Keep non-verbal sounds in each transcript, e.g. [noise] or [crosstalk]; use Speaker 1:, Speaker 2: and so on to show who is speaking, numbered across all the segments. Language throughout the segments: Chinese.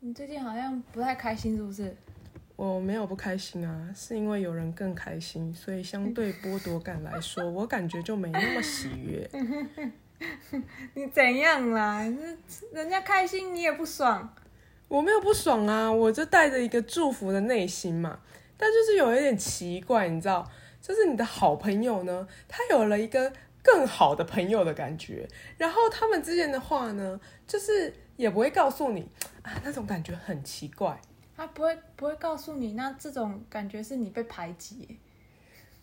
Speaker 1: 你最近好像不太开心，是不是？
Speaker 2: 我没有不开心啊，是因为有人更开心，所以相对剥夺感来说，我感觉就没那么喜悦。
Speaker 1: [laughs] 你怎样啦？人家开心你也不爽，
Speaker 2: 我没有不爽啊，我就带着一个祝福的内心嘛。但就是有一点奇怪，你知道，就是你的好朋友呢，他有了一个更好的朋友的感觉，然后他们之间的话呢，就是也不会告诉你啊，那种感觉很奇怪。
Speaker 1: 他不会不会告诉你，那这种感觉是你被排挤耶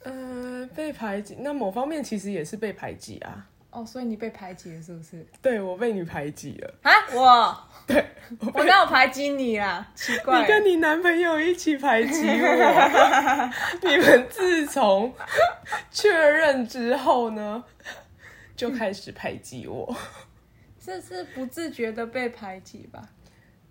Speaker 2: 呃，被排挤，那某方面其实也是被排挤啊。
Speaker 1: 哦，所以你被排挤了是不是？
Speaker 2: 对我被你排挤了，
Speaker 1: 啊， [laughs] 我
Speaker 2: 对我
Speaker 1: 我哪有排挤你啊？奇怪
Speaker 2: 你，跟你男朋友一起排挤我，
Speaker 1: [laughs]
Speaker 2: 你们自从确认之后呢，就开始排挤我。
Speaker 1: 这是不自觉的被排挤吧？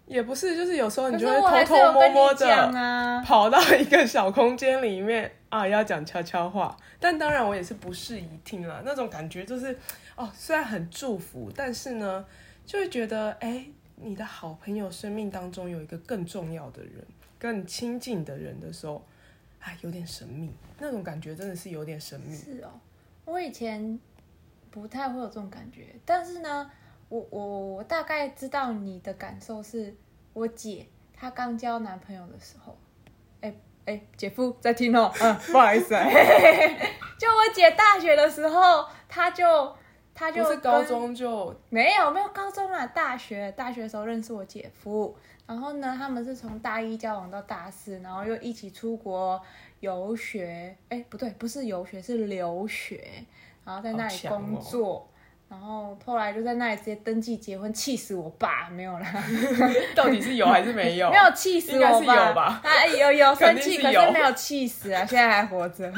Speaker 2: 也不是，就是有时候
Speaker 1: 可
Speaker 2: 你
Speaker 1: 是
Speaker 2: 就会
Speaker 1: 我还
Speaker 2: 偷
Speaker 1: 是
Speaker 2: 偷
Speaker 1: 有
Speaker 2: 摸
Speaker 1: 跟
Speaker 2: 摸
Speaker 1: 你讲
Speaker 2: 的
Speaker 1: 啊，
Speaker 2: 跑到一个小空间里面啊，要讲悄悄话。但当然我也是不适宜听了，那种感觉就是哦，虽然很祝福，但是呢，就会觉得哎、你的好朋友生命当中有一个更重要的人、更亲近的人的时候，哎，有点神秘，那种感觉真的是有点神秘。
Speaker 1: 是哦，我以前不太会有这种感觉，但是呢，我我我大概知道你的感受是，我姐她刚交男朋友的时候，哎、哎、姐夫在听哦，嗯， [laughs] 不好意思、啊，就我姐大学的时候，她就她就
Speaker 2: 不是
Speaker 1: 跟
Speaker 2: 高中就
Speaker 1: 没有没有高中啦，大学大学的时候认识我姐夫，然后呢，他们是从大一交往到大四，然后又一起出国游学，哎，不对，不是游学，是留学，然后在那里
Speaker 2: 好强哦
Speaker 1: 工作，然后后来就在那里直接登记结婚，气死我爸没有啦，
Speaker 2: [laughs] 到底是有还是没有？
Speaker 1: [laughs] 没有气死
Speaker 2: 哦应该
Speaker 1: 我
Speaker 2: 是
Speaker 1: 爸，
Speaker 2: 有吧
Speaker 1: 他啊有有
Speaker 2: 肯
Speaker 1: 生
Speaker 2: 定
Speaker 1: 气，
Speaker 2: 是
Speaker 1: 可
Speaker 2: 有
Speaker 1: 是没有气死啊，现在还活着。 [laughs]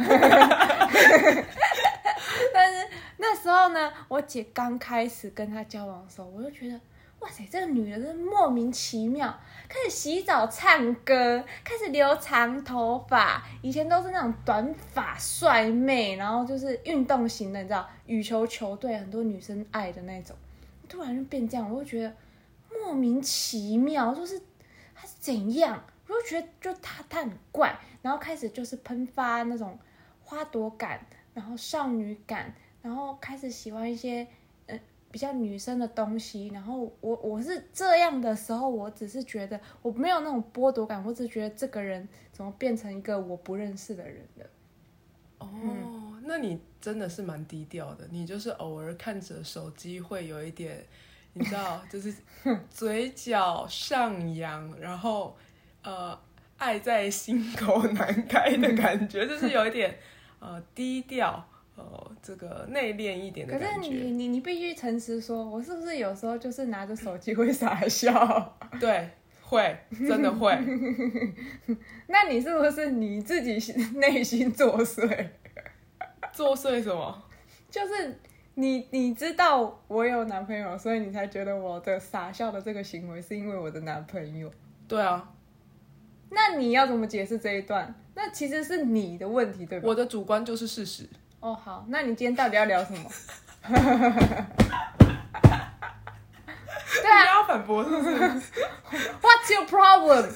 Speaker 1: 但是那时候呢，我姐刚开始跟他交往的时候，我就觉得。哇塞，这个女人真的莫名其妙，开始洗澡、唱歌，开始留长头发。以前都是那种短发帅妹，然后就是运动型的，你知道，羽球球队很多女生爱的那种。突然就变这样，我就觉得莫名其妙，就是他是怎样？我就觉得就他他很怪，然后开始就是喷发那种花朵感，然后少女感，然后开始喜欢一些呃比较女生的东西。然后我我是这样的时候，我只是觉得我没有那种剥夺感，我只是觉得这个人怎么变成一个我不认识的人了。
Speaker 2: 哦，那你真的是蛮低调的，你就是偶尔看着手机会有一点，你知道，就是 [laughs] 嘴角上扬，然后呃，爱在心口难开的感觉，就是有一点呃低调，呃，这个内敛一点的
Speaker 1: 可是
Speaker 2: 感
Speaker 1: 你
Speaker 2: 觉。
Speaker 1: 你你必须诚实说，我是不是有时候就是拿着手机会傻笑？
Speaker 2: 对，会，真的会。
Speaker 1: 那你是不是你自己心内心作祟？
Speaker 2: 作祟什么？
Speaker 1: 就是你你知道我有男朋友，所以你才觉得我的傻笑的这个行为是因为我的男朋友。
Speaker 2: 对啊，
Speaker 1: 那你要怎么解释这一段？那其实是你的问题，对吧？
Speaker 2: 我的主观就是事实。
Speaker 1: 哦，好，那你今天到底要聊什么？ [laughs] 对
Speaker 2: 你
Speaker 1: 啊
Speaker 2: 要反驳是不是？
Speaker 1: ，What's your problem？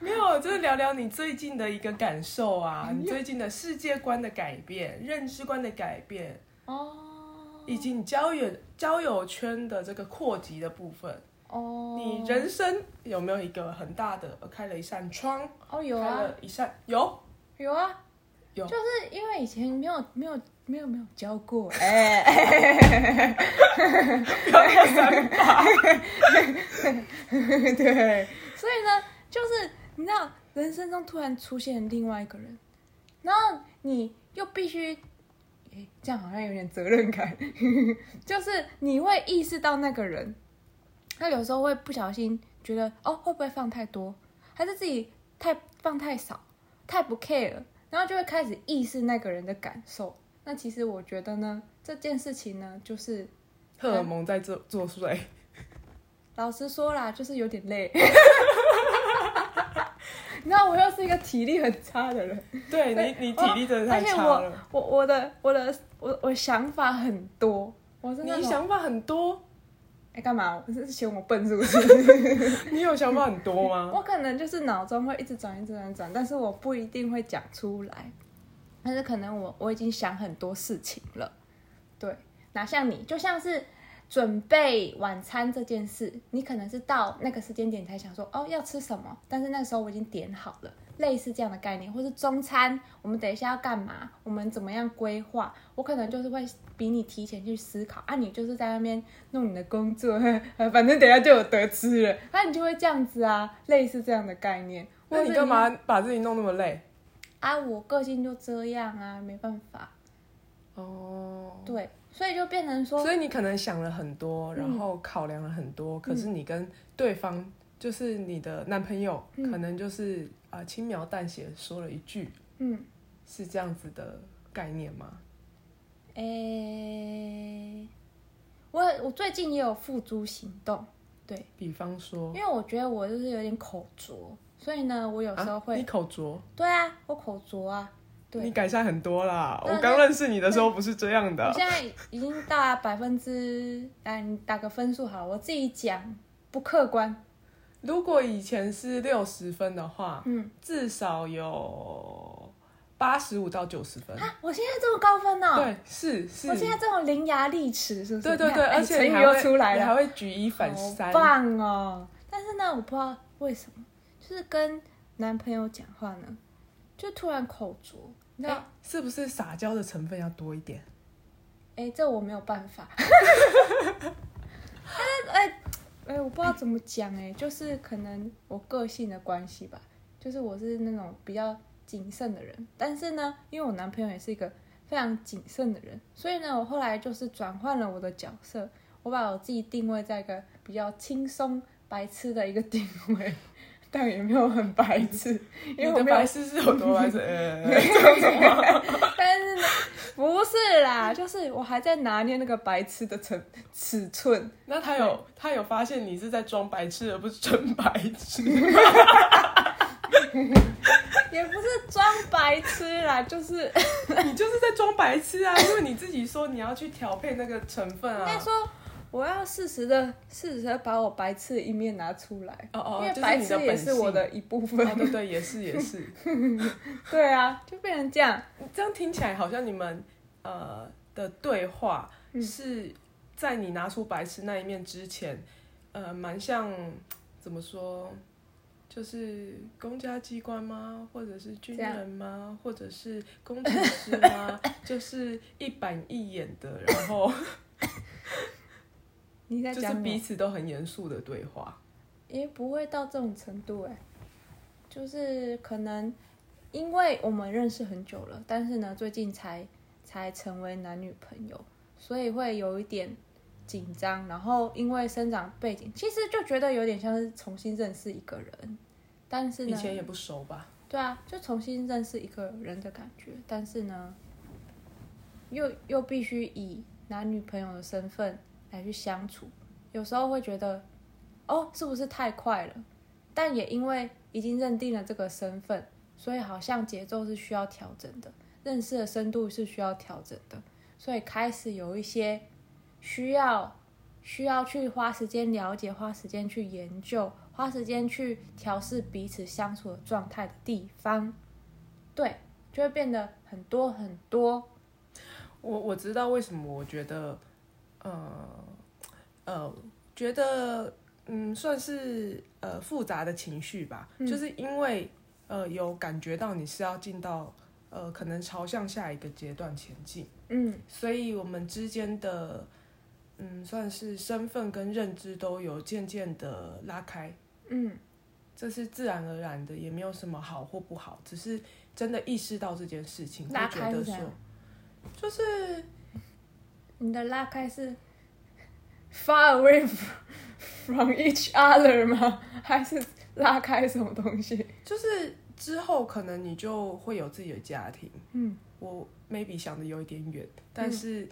Speaker 2: 没有，就是聊聊你最近的一个感受
Speaker 1: 哎
Speaker 2: 啊，你最近的世界观的改变、认知观的改变，
Speaker 1: 哦
Speaker 2: 以及你交友交友圈的这个扩及的部分。
Speaker 1: 哦，
Speaker 2: 你人生有没有一个很大的开了一扇窗？
Speaker 1: 哦有
Speaker 2: 开
Speaker 1: 啊
Speaker 2: 了一扇
Speaker 1: [laughs]
Speaker 2: 有
Speaker 1: 有啊
Speaker 2: 有
Speaker 1: 就是因为以前没有没有没有没有教
Speaker 2: [laughs]
Speaker 1: 过，哎、对，所以呢，就是你知道，人生中突然出现另外一个人，然后你又必须，诶，这样好像有点责任感， [laughs] 就是你会意识到那个人，他有时候会不小心觉得，哦，会不会放太多，还是自己太放太少，太不 care，然后就会开始意识那个人的感受。那其实我觉得呢，这件事情呢，就是
Speaker 2: 荷尔蒙在作作祟，
Speaker 1: 老实说啦，就是有点累。 [laughs] 你知道我又是一个体力很差的人，
Speaker 2: 对你，你体力真的
Speaker 1: 哎哦而
Speaker 2: 太
Speaker 1: 且
Speaker 2: 差
Speaker 1: 我
Speaker 2: 了。
Speaker 1: 我我的我的我我想法很多，我是那
Speaker 2: 你
Speaker 1: 种
Speaker 2: 想法很多，
Speaker 1: 哎、干嘛？我是嫌我笨是不是？
Speaker 2: 你有想法很多吗？
Speaker 1: [laughs] 我可能就是脑中会一直转，一直转，转，但是我不一定会讲出来。但是可能我我已经想很多事情了，对，哪像你，就像是准备晚餐这件事，你可能是到那个时间点才想说哦要吃什么，但是那时候我已经点好了，类似这样的概念，或是中餐，我们等一下要干嘛，我们怎么样规划，我可能就是会比你提前去思考，啊，你就是在那边弄你的工作， [laughs] 呵呵反正等一下就有得吃了，那、你就会这样子啊，类似这样的概念。
Speaker 2: 那
Speaker 1: 或
Speaker 2: 你
Speaker 1: 是
Speaker 2: 干嘛把自己弄那么累？
Speaker 1: 啊，我个性就这样啊，没办法。
Speaker 2: 哦，
Speaker 1: 对，所以就变成说，嗯
Speaker 2: 所以你可能想了很多，然后考量了很多，可是你跟对方，就是你的男朋友，
Speaker 1: 嗯
Speaker 2: 可能就是啊、轻描淡写说了一句，
Speaker 1: 嗯，
Speaker 2: 是这样子的概念吗？
Speaker 1: 诶、我我最近也有付诸行动，对，
Speaker 2: 比方说
Speaker 1: 因，为我觉得我就是有点口拙，所以呢，我有时候
Speaker 2: 啊、
Speaker 1: 会，
Speaker 2: 你口拙，
Speaker 1: 对啊，我口拙啊，对
Speaker 2: 你改善很多啦。
Speaker 1: 那
Speaker 2: 我刚认识你的时候不是这样
Speaker 1: 我
Speaker 2: 的，
Speaker 1: 现在已经到达百分之，哎，你打个分数好了，我自己讲不客观，
Speaker 2: 如果以前是六十分的话，
Speaker 1: 嗯，
Speaker 2: 至少有八十五到九十分。
Speaker 1: 啊，我现在这么高分呢、
Speaker 2: 对，是是，
Speaker 1: 我现在这么伶牙俐齿，是不是？
Speaker 2: 对对
Speaker 1: 你
Speaker 2: 对，
Speaker 1: 看哎
Speaker 2: 而且
Speaker 1: 成
Speaker 2: 你
Speaker 1: 语
Speaker 2: 还
Speaker 1: 又
Speaker 2: 会
Speaker 1: 出来
Speaker 2: 你
Speaker 1: 了
Speaker 2: 还。会举一反三
Speaker 1: 好，棒哦！但是呢，我不知道为什么，就是跟男朋友讲话呢，就突然口拙。你知道
Speaker 2: 那是不是撒娇的成分要多一点？
Speaker 1: 哎、这我没有办法。 [laughs] 但是哎哎、我不知道怎么讲哎、就是可能我个性的关系吧，就是我是那种比较谨慎的人，但是呢，因为我男朋友也是一个非常谨慎的人，所以呢，我后来就是转换了我的角色，我把我自己定位在一个比较轻松白痴的一个定位， [laughs] 但也没有很白痴，因为
Speaker 2: 你
Speaker 1: 我
Speaker 2: 的
Speaker 1: 没有
Speaker 2: 白痴是有
Speaker 1: [laughs]
Speaker 2: 多白痴？呃哎
Speaker 1: 但是呢，不是啦，就是我还在拿捏那个白痴的尺尺寸。
Speaker 2: 那他有他有发现你是在装白痴，而不是真白
Speaker 1: [laughs]
Speaker 2: 痴。
Speaker 1: 也不是装白痴
Speaker 2: [laughs]
Speaker 1: 啦，就是应
Speaker 2: 你就是在装白痴啊，因为你自己说你要去调配那个成分
Speaker 1: 该
Speaker 2: 啊。
Speaker 1: 说我要适时的、适时的把我白痴的一面拿出来，
Speaker 2: 哦哦，
Speaker 1: 因为
Speaker 2: 就是
Speaker 1: 白
Speaker 2: 你
Speaker 1: 痴也
Speaker 2: 本
Speaker 1: 是我
Speaker 2: 性。
Speaker 1: 的一部分。
Speaker 2: 哦，对对，也是也是。
Speaker 1: 对啊，就变成这样。
Speaker 2: 这样听起来好像你们呃的对话
Speaker 1: 嗯
Speaker 2: 是在你拿出白痴那一面之前，呃，蛮像怎么说，就是公家机关吗？或者是军
Speaker 1: 这样
Speaker 2: 人吗？或者是工程师吗？ [laughs] 就是一板一眼的，
Speaker 1: [laughs]
Speaker 2: 然后
Speaker 1: 你在
Speaker 2: 就是
Speaker 1: 讲
Speaker 2: 彼
Speaker 1: 你，
Speaker 2: 此都很严肃的对话。
Speaker 1: 也不会到这种程度哎、就是可能因为我们认识很久了，但是呢，最近才才成为男女朋友，所以会有一点紧张。然后因为生长背景，其实就觉得有点像是重新认识一个人，但是
Speaker 2: 以
Speaker 1: 呢，
Speaker 2: 前也不熟吧？
Speaker 1: 对啊，就重新认识一个人的感觉。但是呢，又又必须以男女朋友的身份来去相处，有时候会觉得，哦，是不是太快了？但也因为已经认定了这个身份，所以好像节奏是需要调整的，认识的深度是需要调整的，所以开始有一些需要需要去花时间了解、花时间去研究、花时间去调试彼此相处的状态的地方，对，就会变得很多很多。
Speaker 2: 我我知道为什么，我觉得，呃呃，觉得嗯，算是呃复杂的情绪吧，
Speaker 1: 嗯
Speaker 2: 就是因为呃有感觉到你是要进到呃可能朝向下一个阶段前进，
Speaker 1: 嗯
Speaker 2: 所以我们之间的嗯算是身份跟认知都有渐渐的拉开，
Speaker 1: 嗯
Speaker 2: 这是自然而然的，也没有什么好或不好，只是真的意识到这件事情，会
Speaker 1: 拉
Speaker 2: 觉
Speaker 1: 开
Speaker 2: 得
Speaker 1: 是怎
Speaker 2: 说
Speaker 1: 样
Speaker 2: 就是。
Speaker 1: 你的拉开是 far away [laughs] from each other 吗？还是拉开什么东西？
Speaker 2: 就是之后可能你就会有自己的家庭，
Speaker 1: 嗯
Speaker 2: 我 maybe 想的有一点远，但是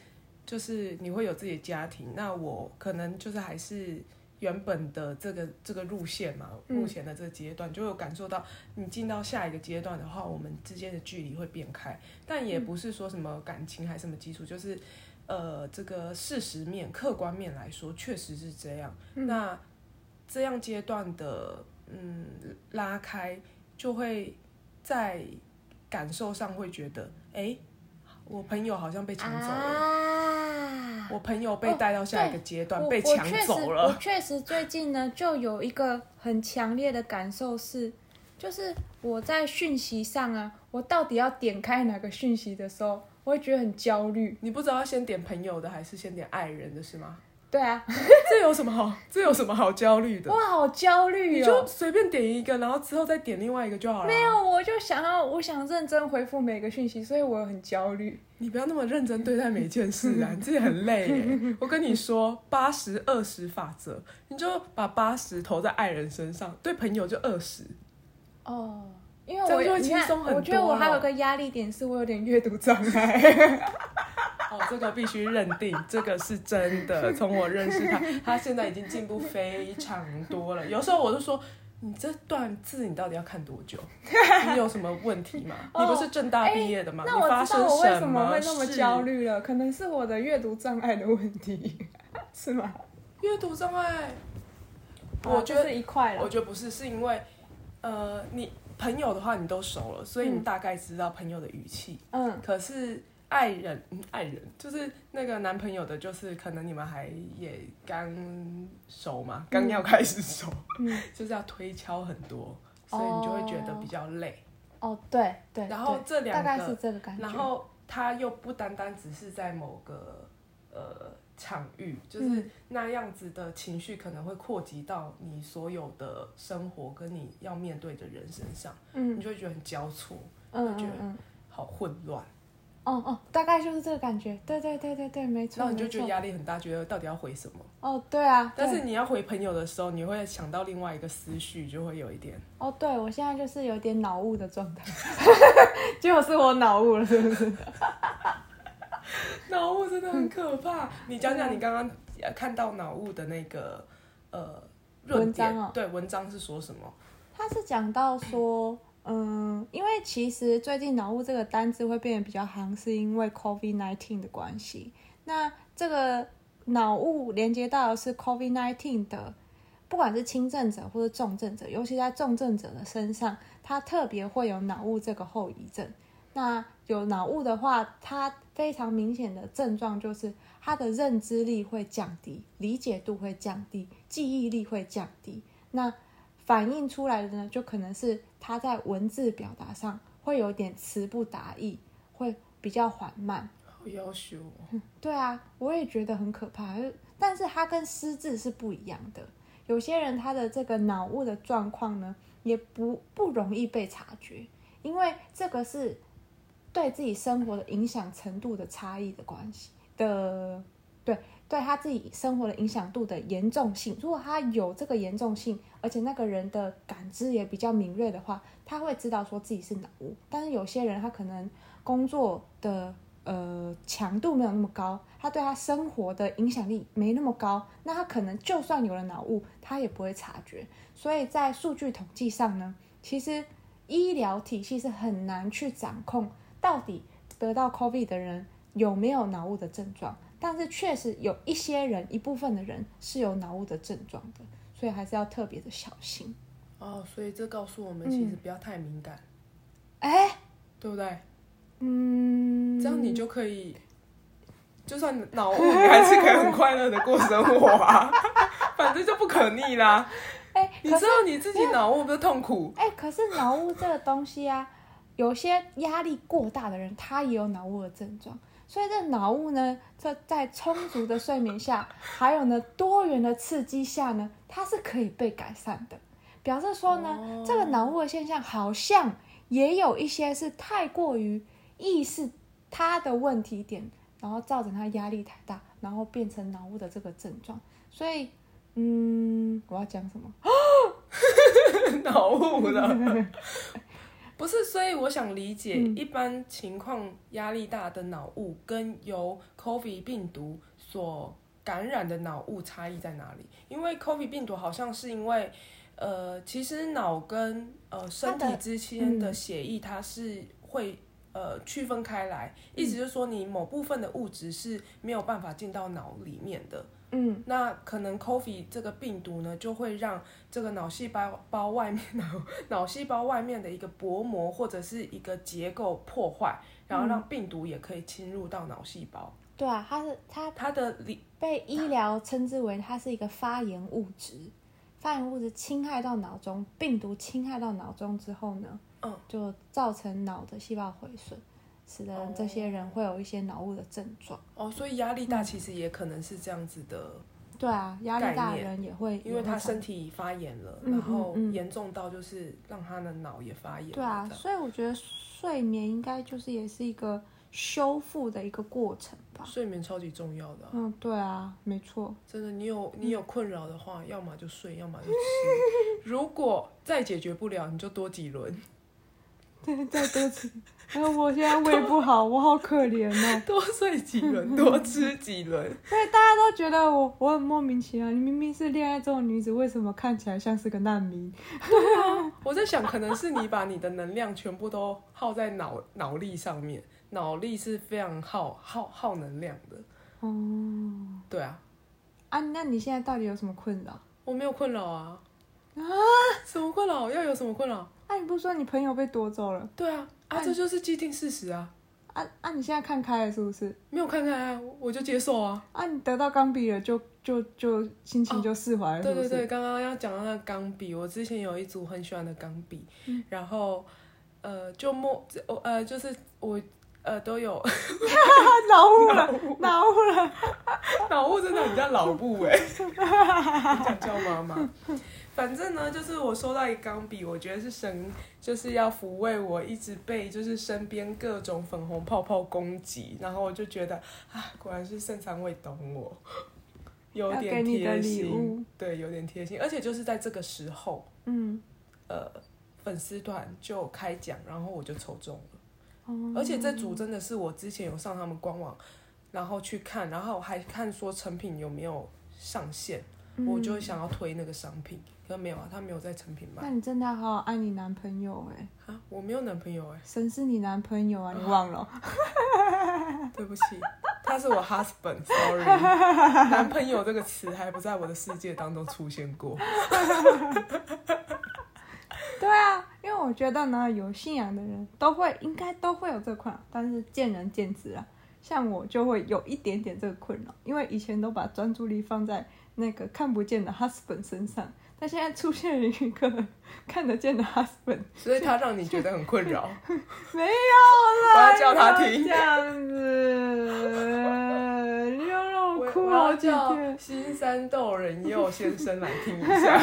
Speaker 2: 就是你会有自己的家庭，那我可能就是还是原本的这个这个路线嘛，
Speaker 1: 嗯
Speaker 2: 目前的这个阶段，就有感受到你进到下一个阶段的
Speaker 1: 嗯
Speaker 2: 话，我们之间的距离会变开，但也不是说什么感情还是什么基础，就是。呃这个事实面、客观面来说，确实是这样。
Speaker 1: 嗯
Speaker 2: 那这样阶段的嗯拉开，就会在感受上会觉得，哎，我朋友好像被抢走了，
Speaker 1: 啊
Speaker 2: 我朋友被带到下一个阶段，
Speaker 1: 我
Speaker 2: 被
Speaker 1: 我
Speaker 2: 抢
Speaker 1: 确实
Speaker 2: 走
Speaker 1: 我
Speaker 2: 了。
Speaker 1: 确实最近呢，就有一个很强烈的感受是，就是我在讯息上啊，我到底要点开哪个讯息的时候，我会觉得很焦虑。
Speaker 2: 你不知道要先点朋友的还是先点爱人的是吗？
Speaker 1: 对啊，
Speaker 2: [laughs] 这有什么好？这有什么好焦虑的啊
Speaker 1: 我？好焦虑
Speaker 2: 哦你
Speaker 1: 哦
Speaker 2: 就。随便点一个，然后之后再点另外一个就好了。
Speaker 1: 没，有，我就想要，我想认真回复每个讯息，所以我很焦虑。
Speaker 2: 你不要那么认真对待每一件事
Speaker 1: 嗯
Speaker 2: 啊，你自己很
Speaker 1: [laughs]
Speaker 2: 累耶。我跟你说，八十二十法则，你就把八十投在爱人身上，对朋友就二十。
Speaker 1: 哦，因为
Speaker 2: 这样
Speaker 1: 我
Speaker 2: 就会
Speaker 1: 你
Speaker 2: 轻
Speaker 1: 看
Speaker 2: 松很多
Speaker 1: 我觉得我还有
Speaker 2: 了
Speaker 1: 个压力点是，我有点阅读障碍。
Speaker 2: 哦， [laughs] 这个必须认
Speaker 1: [laughs]
Speaker 2: 定，这个是真的。从我认识他，他现在已经进步非常多了。有时候我就说。你这段字你到底要看多
Speaker 1: [laughs]
Speaker 2: 久？你有什么问题吗？
Speaker 1: 哦哎
Speaker 2: 你不是正大毕业的吗？
Speaker 1: 那
Speaker 2: 你发
Speaker 1: 我知
Speaker 2: 生
Speaker 1: 道我为
Speaker 2: 什
Speaker 1: 什么会那么
Speaker 2: 事
Speaker 1: 焦虑了，可能是我的阅读障碍的问题， [laughs] 是吗？
Speaker 2: 阅读障碍，我觉
Speaker 1: 啊这
Speaker 2: 得
Speaker 1: 是一块
Speaker 2: 我
Speaker 1: 了。
Speaker 2: 觉得不是，是因为呃，你朋友的话你都熟了，所以你
Speaker 1: 嗯
Speaker 2: 大概知道朋友的语气。
Speaker 1: 嗯，
Speaker 2: 可是爱人，嗯，爱人就是那个男朋友的，就是可能你们还也刚熟嘛，刚要开始熟， [laughs]
Speaker 1: 嗯
Speaker 2: 就是要推敲很多，所以你就会觉得比较累。
Speaker 1: 哦，对对。
Speaker 2: 然后
Speaker 1: 对
Speaker 2: 这两
Speaker 1: 大
Speaker 2: 个
Speaker 1: 概是这个感觉。
Speaker 2: 然后他又不单单只是在某个呃场域，就是那样子的情绪可能会扩及到你所有的生活跟你要面对的人身上，
Speaker 1: 嗯，
Speaker 2: 你就会觉得很交错，
Speaker 1: 嗯
Speaker 2: 就觉
Speaker 1: 嗯
Speaker 2: 得
Speaker 1: 嗯，
Speaker 2: 好混乱，
Speaker 1: 哦哦，大概就是这个感觉。对对对对对，没错。
Speaker 2: 然后你就觉得
Speaker 1: 没错
Speaker 2: 压力很大，觉得到底要回什么？
Speaker 1: 哦，对啊。
Speaker 2: 但
Speaker 1: 对
Speaker 2: 是你要回朋友的时候，你会想到另外一个思绪，就会有一点
Speaker 1: 哦，对我现在就是有点脑雾的状态， [laughs] 结果是我脑雾了，是不是？
Speaker 2: 脑雾真的很可怕。你讲讲你刚刚呃看到脑雾的那个呃论
Speaker 1: 文章
Speaker 2: 点
Speaker 1: 哦
Speaker 2: 对，文章是说什么？
Speaker 1: 他是讲到说，嗯，因为其实最近脑雾这个单字会变得比较行，是因为 COVID nineteen 的关系。那这个脑雾连接到的是 COVID nineteen 的，不管是轻症者或者重症者，尤其在重症者的身上，他特别会有脑雾这个后遗症。那有脑雾的话，它非常明显的症状就是他的认知力会降低，理解度会降低，记忆力会降低。那反映出来的呢，就可能是他在文字表达上会有点词不达意，会比较缓慢。
Speaker 2: 好要求哦，
Speaker 1: 对啊，我也觉得很可怕，呃但是它跟失智是不一样的。有些人他的这个脑雾的状况呢，也不不容易被察觉，因为这个是对自己生活的影响程度的差异的关系的，对对他自己生活的影响度的严重性。如果他有这个严重性，而且那个人的感知也比较敏锐的话，他会知道说自己是脑雾。但是有些人他可能工作的呃强度没有那么高，他对他生活的影响力没那么高，那他可能就算有了脑雾，他也不会察觉。所以在数据统计上呢，其实医疗体系是很难去掌控到底得到 COVID 的人有没有脑雾的症状，但是确实有一些人，一部分的人是有脑雾的症状的，所以还是要特别的小心。
Speaker 2: 哦，所以这告诉
Speaker 1: 嗯
Speaker 2: 我们，其实不要太敏感，
Speaker 1: 哎、
Speaker 2: 对不对？
Speaker 1: 嗯，
Speaker 2: 这样你就可以，就算脑雾，你还是可以很快乐的过生活啊。 [laughs] 反正就不可逆啦。
Speaker 1: 哎、
Speaker 2: 你
Speaker 1: 可
Speaker 2: 知道你自己脑雾不是痛苦？
Speaker 1: 哎、可是脑雾这个东西啊，有些压力过大的人，他也有脑雾的症状。所以这脑雾呢，这在充足的睡眠下，还有呢多元的刺激下呢，它是可以被改善的。表示说呢，
Speaker 2: 哦
Speaker 1: 这个脑雾的现象好像也有一些是太过于意识他的问题点，然后造成他压力太大，然后变成脑雾的这个症状。所以，嗯，我要讲什么？
Speaker 2: [laughs] 脑雾 [laughs] 了，不是？所以我想理解，
Speaker 1: 嗯
Speaker 2: 一般情况压力大的脑雾跟由 COVID 病毒所感染的脑雾差异在哪里？因为 COVID 病毒好像是因为，呃，其实脑跟呃身
Speaker 1: 它
Speaker 2: 体
Speaker 1: 的
Speaker 2: 之间的
Speaker 1: 嗯
Speaker 2: 血液它是会呃区分开来，意思就是说你某部分的物质是没有办法进到脑里面的。
Speaker 1: 嗯，
Speaker 2: 那可能 COVID 这个病毒呢，就会让这个脑细胞胞外面脑脑细胞外面的一个薄膜或者是一个结构破坏，然后
Speaker 1: 嗯
Speaker 2: 让病毒也可以侵入到脑细胞。
Speaker 1: 对啊，它是它
Speaker 2: 它的里
Speaker 1: 被医疗称之为它是一个发炎物质，发炎物质侵害到脑中，病毒侵害到脑中之后呢，
Speaker 2: 嗯，
Speaker 1: 就造成脑的细胞毁损，使得这些人会有一些脑雾的症状。
Speaker 2: 哦，所以压力
Speaker 1: 嗯
Speaker 2: 大其实也可能是这样子的，
Speaker 1: 对啊，压力大
Speaker 2: 概
Speaker 1: 的
Speaker 2: 念
Speaker 1: 人也会，
Speaker 2: 因
Speaker 1: 也
Speaker 2: 为
Speaker 1: 会
Speaker 2: 他
Speaker 1: 产
Speaker 2: 身体发炎了，
Speaker 1: 嗯
Speaker 2: 然后
Speaker 1: 嗯嗯
Speaker 2: 严重到就是让他的脑也发炎了。
Speaker 1: 对啊，
Speaker 2: 这样
Speaker 1: 所以我觉得睡眠应该就是也是一个修复的一个过程吧。
Speaker 2: 睡眠超级重要的啊、
Speaker 1: 嗯，对啊，没错。 [laughs]
Speaker 2: 真的，你有你有困扰的话，要么就睡，要么就 [laughs] 吃。如果再解决不了，你就多几轮，
Speaker 1: 对对对，还有我现在胃不好，我好可怜哦。
Speaker 2: [laughs] 多睡几轮，多吃几轮。
Speaker 1: 所以大家都觉得我我很莫名其妙，你明明是恋爱中的女子，为什么看起来像是个难民？
Speaker 2: 我在想，可能是你把你的能量全部都耗在脑脑力上面，脑力是非常耗耗耗能量的。
Speaker 1: 哦、
Speaker 2: 对啊，
Speaker 1: 啊，那你现在到底有什么困扰？
Speaker 2: 我没有困扰啊啊！什么困扰？要有什么困扰？
Speaker 1: 啊，你不是说你朋友被夺走了？
Speaker 2: 对啊啊，
Speaker 1: 哎
Speaker 2: 这就是既定事实啊，
Speaker 1: 啊啊，你现在看开了是不是？
Speaker 2: 没有看看啊，我就接受啊。
Speaker 1: 啊，你得到钢笔了就就就心情就释怀了，
Speaker 2: 对
Speaker 1: 是不
Speaker 2: 对
Speaker 1: 哎是？ [laughs]
Speaker 2: 对，刚刚要讲到那个钢笔，我之前有一组很喜欢的钢笔，
Speaker 1: 嗯
Speaker 2: 然后呃就默我呃就是我呃都有
Speaker 1: 脑雾 [laughs] 了，脑雾了。
Speaker 2: 脑雾真的比较老布哎、欸，讲叫妈妈。反正呢，就是我收到一钢笔，我觉得是神，就是要抚慰我一直被就是身边各种粉红泡泡攻击，然后我就觉得啊，果然是圣三位懂我， [laughs] 有
Speaker 1: 要给
Speaker 2: 点
Speaker 1: 你的
Speaker 2: 贴
Speaker 1: 礼
Speaker 2: 心，
Speaker 1: 物。
Speaker 2: 对，有点贴心，而且就是在这个时候，
Speaker 1: 嗯，
Speaker 2: 呃粉丝团就开奖，然后我就抽中了。
Speaker 1: 哦
Speaker 2: 而且这组真的是我之前有上他们官网，然后去看，然后还看说成品有没有上线，我就
Speaker 1: 嗯
Speaker 2: 想要推那个商品，可没有啊，他没有在成品卖
Speaker 1: 那你真的要好好爱你男朋友哎、
Speaker 2: 啊，我没有男朋友哎、
Speaker 1: [laughs] 神是你男朋友啊，你忘了？
Speaker 2: 对不起，他是我
Speaker 1: [laughs]
Speaker 2: husband，sorry，男朋友这个词还不在我的世界当中出现过。
Speaker 1: 对啊，因为我觉得呢，有信仰的人都会应该都会有这困扰，但是见仁见智啊。像我就会有一点点这个困扰，因为以前都把专注力放在那个看不见的 husband 身上，但现在出现了一个看得见的 husband， [laughs]
Speaker 2: 所以他让你觉得很困扰，
Speaker 1: 没有啦，
Speaker 2: 我要叫他听
Speaker 1: 不要这样子，你又让
Speaker 2: 我
Speaker 1: 我哭
Speaker 2: 我
Speaker 1: [laughs] 好
Speaker 2: 要
Speaker 1: 几
Speaker 2: 叫
Speaker 1: 天。
Speaker 2: 新山豆人佑先生来听一
Speaker 1: [laughs]
Speaker 2: 下。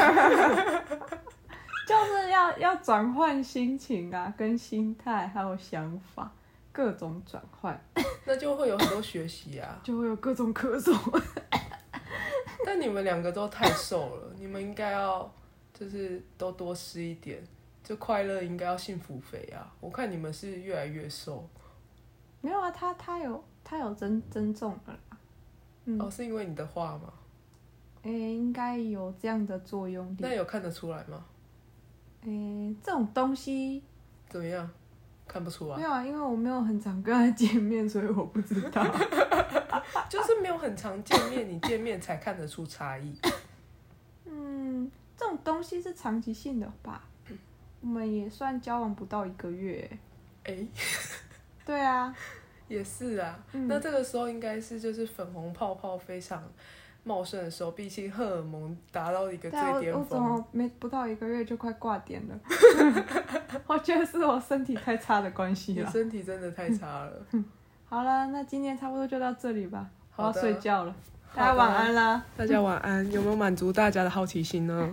Speaker 1: 就是要要转换心情啊，跟心态还有想法，各种转换，。
Speaker 2: 那就会有很多学习啊
Speaker 1: 就会有各种咳嗽。
Speaker 2: 但你们两个都太瘦了，你们应该要就是都多吃一点，就快乐应该要幸福肥啊。我看你们是越来越瘦，
Speaker 1: [laughs] 没有啊，他他有他有增增重了啦，嗯，
Speaker 2: 哦，是因为你的话吗？
Speaker 1: 诶、应该有这样的作用力。
Speaker 2: 那有看得出来吗？
Speaker 1: 诶、这种东西
Speaker 2: 怎么样？看不出
Speaker 1: 没
Speaker 2: 来，
Speaker 1: 有啊，因为我没有很常跟他见面，所以我不知 [laughs] 道。啊
Speaker 2: 就是没有很常见面，你见面才看得出差异。
Speaker 1: 嗯，这种东西是长期性的吧？我们也算交往不到一个月、
Speaker 2: 哎、
Speaker 1: 对啊，
Speaker 2: 也是啊。
Speaker 1: 嗯
Speaker 2: 那这个时候应该是就是粉红泡泡非常茂盛的时候，毕竟荷尔蒙达到一个
Speaker 1: 对啊，
Speaker 2: 最
Speaker 1: 我我
Speaker 2: 巅
Speaker 1: 怎
Speaker 2: 峰。
Speaker 1: 么没不到一个月就快挂点 [laughs] 了？我觉得是我身体太差的关系
Speaker 2: 你
Speaker 1: 了。
Speaker 2: 身体真的太差了。
Speaker 1: 嗯好了，那今天差不多就到这里吧，我要
Speaker 2: 好的
Speaker 1: 睡觉了，
Speaker 2: 好
Speaker 1: 大
Speaker 2: 的
Speaker 1: 家晚安啦。
Speaker 2: 大家晚安，有没有满足大家的好奇心呢？